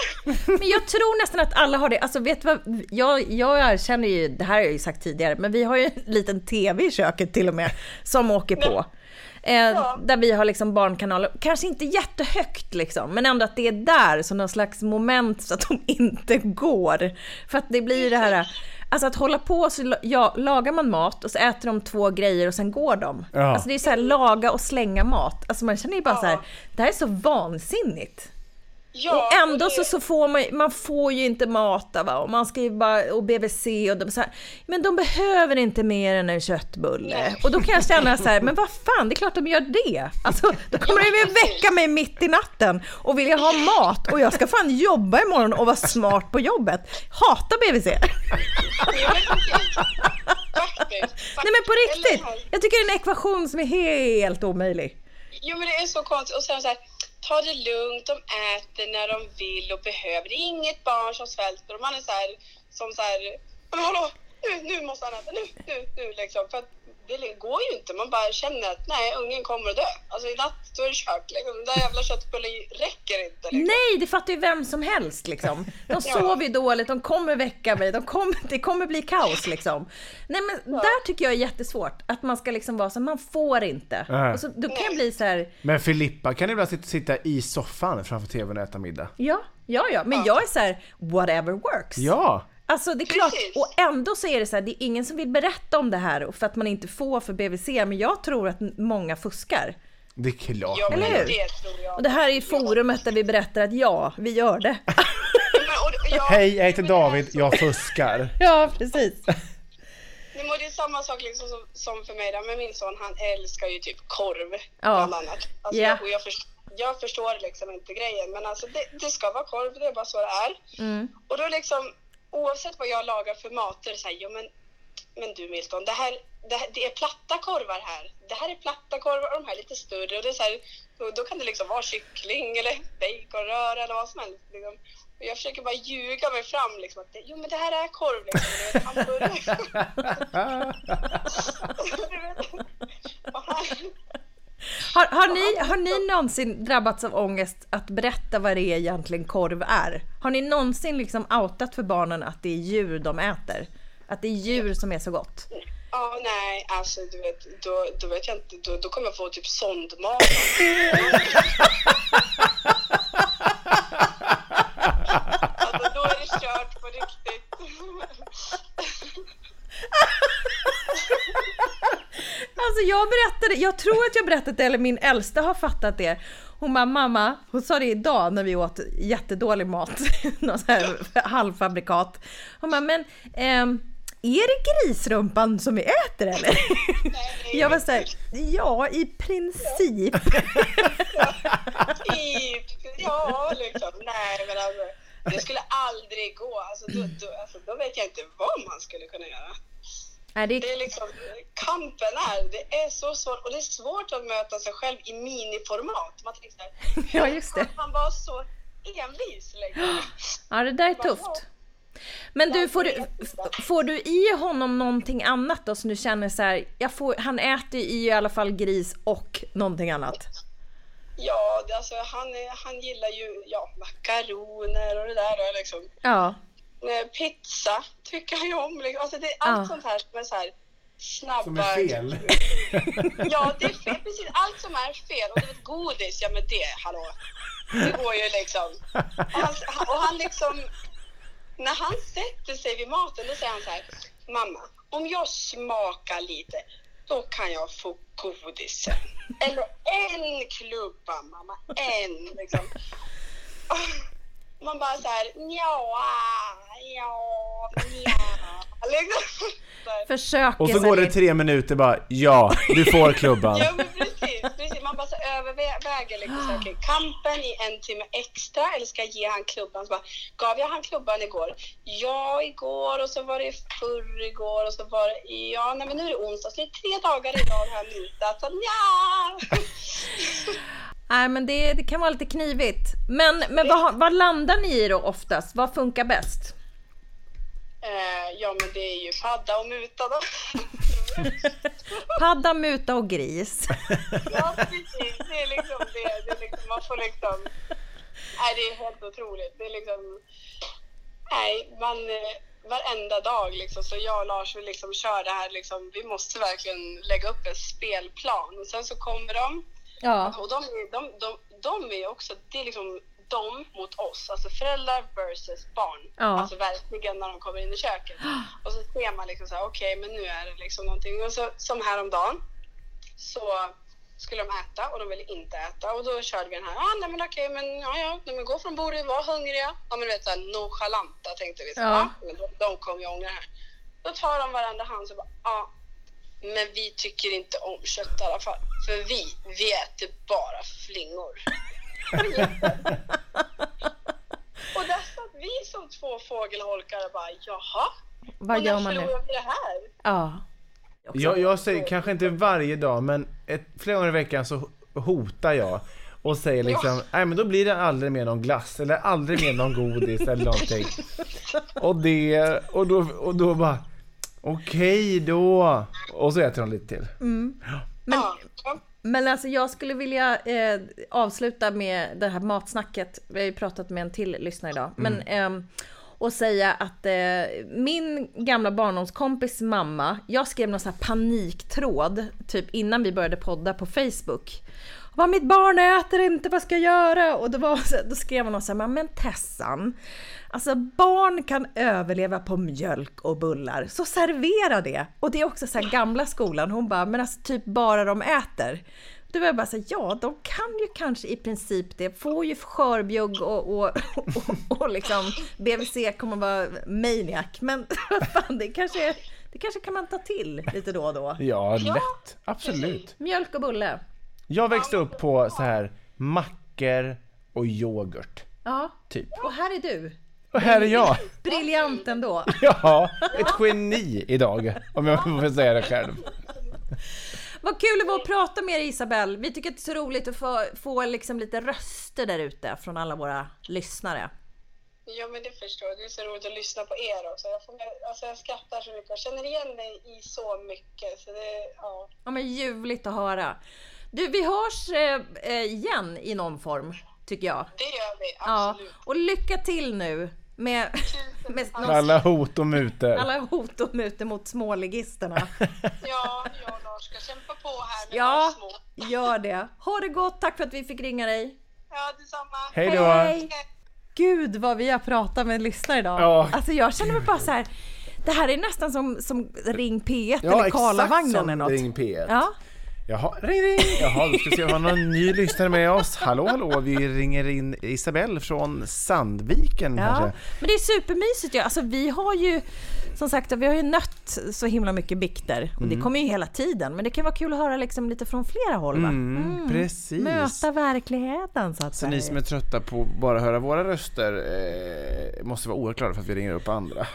A: Men jag tror nästan att alla har det. Alltså vet du vad? Jag, jag erkänner ju, det här har jag ju sagt tidigare, men vi har ju en liten TV i köket till och med som åker på. Eh, Där vi har liksom barnkanaler. Kanske inte jättehögt liksom, men ändå att det är där som någon slags moment så att de inte går. För att det blir ju det här, alltså att hålla på så la- ja, lagar man mat och så äter de två grejer och sen går de.
B: Ja.
A: Alltså det är så här laga och slänga mat. Alltså man känner ju bara så här, det här är så vansinnigt.
E: Ja,
A: Och ändå
E: det-
A: så, så får man, man får ju inte mata va? och man ska ju bara, och BVC och de, så här, men de behöver inte mer än en köttbulle. Och då kan jag känna så här, men vad fan, det är klart de gör det. Alltså, då kommer de ju väcka mig mitt i natten och vilja ha mat och jag ska fan jobba imorgon och vara smart på jobbet. Hatar BVC.
E: Jo, men precis. Faktiskt.
A: Nej men på
E: faktiskt.
A: riktigt,
E: Eller hur?
A: jag tycker det är en ekvation som är helt omöjlig.
E: Jo men det är så konstigt. Och sen så här, ta det lugnt, de äter när de vill och behöver. Det är inget barn som svälter. Och man är så här, som så här, men hallå, nu, nu måste han äta, nu, nu, nu liksom. För att det li- går ju inte. Man bara känner att nej, ungen kommer att dö. Alltså i natt då är det kört liksom. Den där jävla köttbullen räcker inte liksom.
A: Nej, det fattar ju vem som helst liksom. De sover ju dåligt, de kommer väcka mig, de kommer, det kommer bli kaos liksom. Nej men där tycker jag är jättesvårt, att man ska liksom vara så man får inte.
B: Nej.
A: Och så, då kan jag bli så här,
B: Men Filippa kan ibland sit- sitta i soffan framför tvn och äta middag.
A: ja, ja, ja, men jag är så här, whatever works.
B: Ja!
A: Alltså det är klart,
E: Precis.
A: och ändå så är det så här, det är ingen som vill berätta om det här och för att man inte får för BVC, men jag tror att många fuskar.
B: Det är klart.
E: Ja, men
A: Eller hur?
E: det tror jag.
A: Och det här är ju forumet där vi berättar att ja, vi gör det.
E: Men, och, och jag,
B: Hej, jag heter
E: men det är
B: David,
E: så-
B: jag fuskar.
A: ja, precis.
E: Nej, men det är samma sak liksom som, som för mig. Där. Men min son han älskar ju typ korv.
A: Ja.
E: Bland annat. Alltså,
A: Ja.
E: jag, och jag, förstår, jag förstår liksom inte grejen. Men alltså, det, det ska vara korv, det är bara så det är.
A: Mm.
E: Och då liksom, oavsett vad jag lagar för mat, så är det så här, jo, men, men du Milton, det här, det här det är platta korvar här. Det här är platta korvar och de här är lite större. Och det är så här, då, då kan det liksom vara kyckling eller baconröra eller vad som helst. Liksom. Och jag försöker bara ljuga mig fram liksom, att det, jo men det här är korv liksom. Det är hamburgare. Och han-
A: Har, har, ni, har ni någonsin drabbats av ångest att berätta vad det är egentligen korv är? Har ni någonsin liksom outat för barnen att det är djur de äter? Att det är djur som är så gott?
E: Ja, nej, alltså du vet, då, då vet jag inte, då, då kommer jag få typ sondmage. alltså då är det kört på riktigt.
A: Alltså jag berättade, jag tror att jag berättat det, eller min äldsta har fattat det. Hon bara, mamma, hon sa det idag när vi åt jättedålig mat, någon sån här halvfabrikat. Hon bara, men ehm, är det grisrumpan som vi äter eller? Jag var såhär, ja i princip.
E: Typ, ja liksom. Nej men alltså, det skulle aldrig gå. Alltså då, då, alltså då vet jag inte vad man skulle kunna göra.
A: Nej, det
E: Det är liksom, kampen är, det är så svårt och det är svårt att möta sig själv i miniformat. Man tänker så här,
A: Ja, just det.
E: Han, han var så envis längre.
A: Ja, det där är tufft. Men du, får du, får du i honom någonting annat då som du känner så här, jag får, han äter ju i alla fall gris och någonting annat?
E: Ja, det, alltså, han, är- han gillar ju ja, makaroner och det där. och Liksom.
A: Ja.
E: Eh, Pizza tycker han ju om. Liksom. Alltså, det är allt
A: Ah.
E: sånt här som är så här snabba...
B: Som är fel.
E: Ja, det är fel. Precis, allt som är fel. Och du vet, godis, ja men det, hallå. Det går ju liksom. Och han, och han liksom... När han sätter sig vid maten, då säger han så här. Mamma, om jag smakar lite, då kan jag få godis sen." Eller en klubba, mamma. En, liksom. Och Man bara så här, nja, nja, nja. Liksom. Så här.
A: Försöker
B: Och så går det
A: sälja-
B: tre minuter bara, ja, du får klubban.
E: Ja, men precis, precis. Man bara så överväger liksom, så, här, okej, kampen i en timme extra eller ska jag ge han klubban? Så bara, gav jag han klubban igår? Ja, igår och så var det i förrgår och så var det, ja, nej, men nu är det onsdag så det är tre dagar i rad har jag mutat. Så nja.
A: Nej, men det, det kan vara lite knivigt. Men, men vad, har- vad landar ni i då oftast? Vad funkar bäst?
E: Eh, ja, men det är ju fadda och muta då.
A: Padda, muta och gris.
E: Ja, precis. Det är liksom det. det är liksom, man får liksom... Nej, det är helt otroligt. Det är liksom... Nej, man... eh, Varenda dag liksom, så jag och Lars vi liksom kör det här liksom, vi måste verkligen lägga upp en spelplan. Och sen så kommer de
A: Ja.
E: och de, är- de, de, de är också, det är liksom de mot oss, alltså föräldrar versus barn.
A: Ja.
E: Alltså verkligen när de kommer in i köket. Och så ser man liksom så här, okej men nu är det liksom någonting. Och så, som häromdagen så skulle de äta och de ville inte äta och då körde vi den här, ah, nej men okej men ja ja, nej, men gå från bordet, var hungriga. Ja men du vet såhär nonchalanta tänkte vi, så,
A: Ja.
E: ja. men de, de kommer ju ångra det här. Då tar de varandra hand och bara, ja men vi tycker inte om kött i alla fall. För vi, vi äter bara flingor. och där satt vi som två fågelholkar och bara, jaha?
A: Vad
E: och
A: gör
E: när
A: man nu?
E: förlorar vi det här?
A: Ja.
B: Jag, jag säger kanske inte varje dag, men ett, flera gånger i veckan så hotar jag och säger liksom, nej men då blir det aldrig mer någon glass eller aldrig mer någon godis eller någonting. Och det, och då, och då bara, okej då. Och så äter de lite till.
A: Mm. Men,
E: Ja.
A: men alltså jag skulle vilja eh, avsluta med det här matsnacket. Vi har ju pratat med en till lyssnare idag. Men, ehm, och säga att eh, min gamla barndomskompis mamma, jag skrev någon sån här paniktråd typ innan vi började podda på Facebook. Vad mitt barn äter inte, vad ska jag göra? Och då, var, så- då skrev hon något så här, men Tessan, alltså barn kan överleva på mjölk och bullar, så servera det. Och det är också så här gamla skolan, hon bara, men alltså typ bara de äter. Då var jag bara så här, ja de kan ju kanske i princip det, får ju skörbjugg och, och, och, och liksom BVC kommer vara maniac, men vad fan, det kanske, är, det kanske kan man ta till lite då och då.
B: Ja, lätt. Absolut.
A: Mjölk och bulle.
B: Jag växte upp på så här mackor och yoghurt.
A: Ja,
B: Typ.
A: och här är du.
B: Och här är jag.
A: Briljant ändå.
B: Ja, ett geni idag. Om jag får säga det själv.
A: Vad kul det var att prata med er Isabel. Vi tycker att det är så roligt att få, få liksom lite röster där ute från alla våra lyssnare.
E: Ja men det förstår jag. Det är så roligt att lyssna på er också. Jag, får, alltså, jag skrattar så mycket och känner igen mig i så mycket. Så det, ja.
A: Ja men ljuvligt att höra. Du, vi hörs eh, eh, igen i någon form, tycker jag.
E: det gör vi
A: Ja,
E: absolut.
A: och lycka till nu med, med någon,
B: Alla hot och mutor.
A: alla hot och mutor mot småligisterna.
E: Ja, jag och Lars ska kämpa på här med
A: Ja,
E: de små.
A: gör det. Ha det gott, tack för att vi fick ringa dig.
E: Ja, detsamma.
B: Hej då.
A: Hej. Gud vad vi har pratat med lyssnare idag.
B: Ja,
A: alltså jag känner mig bara så här. Det här är nästan som, som Ring P1
B: Ja,
A: eller Karlavagnen
B: som
A: eller något.
B: Ring P1.
A: Ja,
B: Jaha, ring ring! Jaha, vi ska se om vi har någon ny lyssnare med oss. Hallå, hallå, vi ringer in Isabelle från Sandviken
A: ja.
B: kanske.
A: Men det är supermysigt ju. Alltså vi har ju som sagt vi har ju nött så himla mycket bikter och
B: Mm.
A: det kommer ju hela tiden. Men det kan vara kul att höra liksom lite från flera håll va?
B: Mm, precis.
A: Möta verkligheten så att
B: Så ni som är trötta på att bara höra våra röster eh, måste vara oerhört glada för att vi ringer upp andra.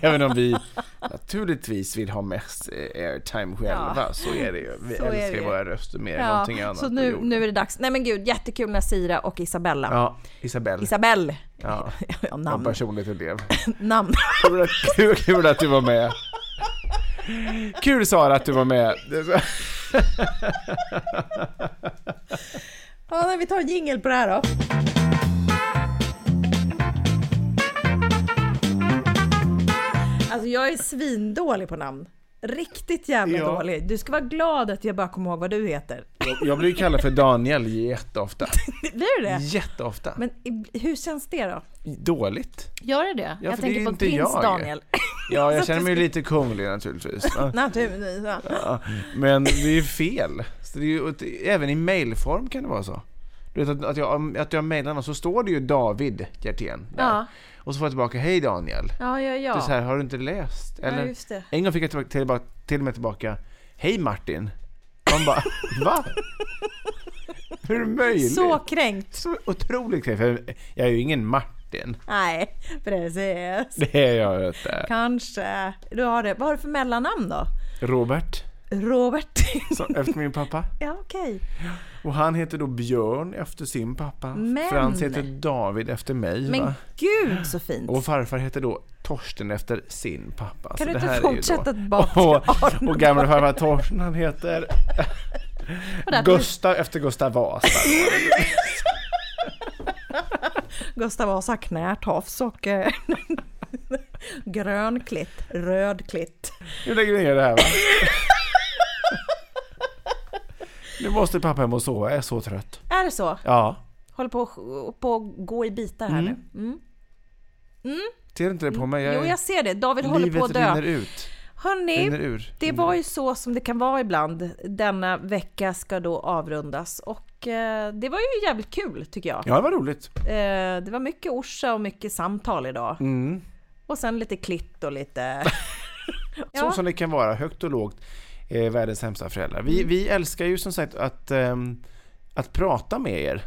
B: Även om vi naturligtvis vill ha mest eh, airtime själva.
A: Ja.
B: Så är det ju. Vi
A: Så är
B: älskar
A: det
B: ju
A: ju.
B: våra röster mer än
A: Ja,
B: någonting annat
A: så
B: på
A: nu,
B: jorden.
A: nu är det dags. Nej men gud, jättekul med Sira och Isabella.
B: Ja, Isabelle.
A: Isabelle.
B: Ja.
A: Ja,
B: Vad
A: namn.
B: personligt det blev.
A: namn.
B: Kul att- Kul, kul att du var med. Kul Sara att du var med.
A: Ja, nej, vi tar en jingel på det här då. Alltså jag är svindålig på namn. Riktigt jävla
B: Ja.
A: dålig. Du ska vara glad att jag bara kommer ihåg vad du heter.
B: Jag blir ju kallad för Daniel jätteofta.
A: Blir du det?
B: Jätteofta.
A: Men i- hur känns det då?
B: Dåligt.
A: Gör det det?
B: Ja,
A: jag
B: för det är
A: tänker på
B: inte
A: prins
B: jag.
A: Daniel.
B: Ja,
A: Så
B: jag
A: att
B: känner
A: du
B: mig
A: ska-
B: lite kunglig naturligtvis. Ja.
A: Naturligtvis. Ja.
B: Ja, Men det är ju fel. Så det är ju, och det- även i mailform kan det vara så. Du vet att, att jag, att jag mailar någon så står det ju David Hjertén där.
A: Ja.
B: Och så får jag tillbaka, hej Daniel.
A: Ja, ja,
B: Det är så
A: ja.
B: här, har du inte läst?
A: ja
B: Eller,
A: just det.
B: en gång fick jag tillbaka, tillbaka, till och med tillbaka, hej Martin. Man bara, va? Hur är det möjligt?
A: Så kränkt.
B: så otroligt kul, för Jag är ju ingen Martin.
A: Nej, precis.
B: Det är jag inte.
A: Kanske. Du har det. Vad har du för mellannamn då?
B: Robert,
A: Robert.
B: så, efter min pappa.
A: ja, okej.
B: Och han heter då Björn efter sin pappa.
A: Men-
B: Frans heter David efter mig.
A: Men
B: Va?
A: gud så fint.
B: Och farfar heter då Torsten efter sin pappa.
A: Kan du
B: det
A: inte
B: här är ju
A: fortsätta
B: då...
A: tillbaka
B: Och, och gammelfarfar Torsten han heter
A: Och där-
B: Gustav efter Gustav Vasa.
A: Gustav Vasa, knätofs och eh, grön klitt, röd klitt.
B: Nu lägger vi ner det här va? Nu måste pappa hem och sova, jag är så trött.
A: Är det så?
B: Ja,
A: Håller på, att- på att gå i bitar här nu. Mm.
B: ser inte det på mig?
A: Jo, jag ser det. David håller på
B: Livet
A: att dö.
B: rinner ut.
A: Hörni,
B: Rinner ur.
A: det var ju så som det kan vara ibland. Denna vecka ska då avrundas och eh, det var ju jävligt kul tycker jag.
B: Ja, det var roligt.
A: Eh, det var mycket orsa och mycket samtal idag.
B: Mm.
A: Och sen lite klitt och lite...
B: Så
A: Ja.
B: som det kan vara, högt och lågt. Eh, världens sämsta föräldrar. Vi, vi älskar ju som sagt att, ehm, att prata med er.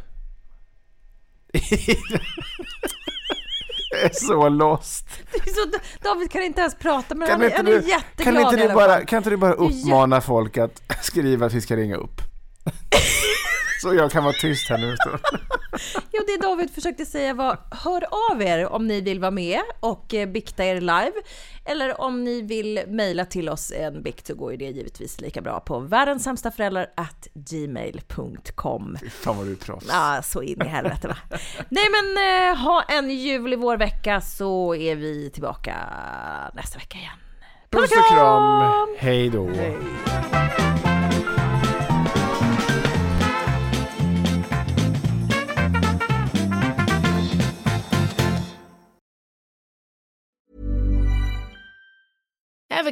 B: jag är så lost.
A: Det är så, David kan inte ens prata men
B: Kan
A: han, är-
B: inte
A: han
B: du-
A: är jätteglad
B: Kan inte,
A: i alla
B: du
A: fall.
B: bara, kan inte du bara uppmana folk att skriva att vi ska ringa upp? så jag kan vara tyst här nu.
A: Jo, det David försökte säga var hör av er om ni vill vara med och eh, bikta er live. Eller om ni vill mejla till oss en bikt så går ju det givetvis lika bra på världenssämstaföräldrar@gmail.com.
B: Fan vad du är proffs.
A: Ja, Ah, så in i helvete va. Nej men eh, ha en ljuvlig vårvecka så är vi tillbaka nästa vecka igen.
B: Puss och kram. Hej då.
F: Ever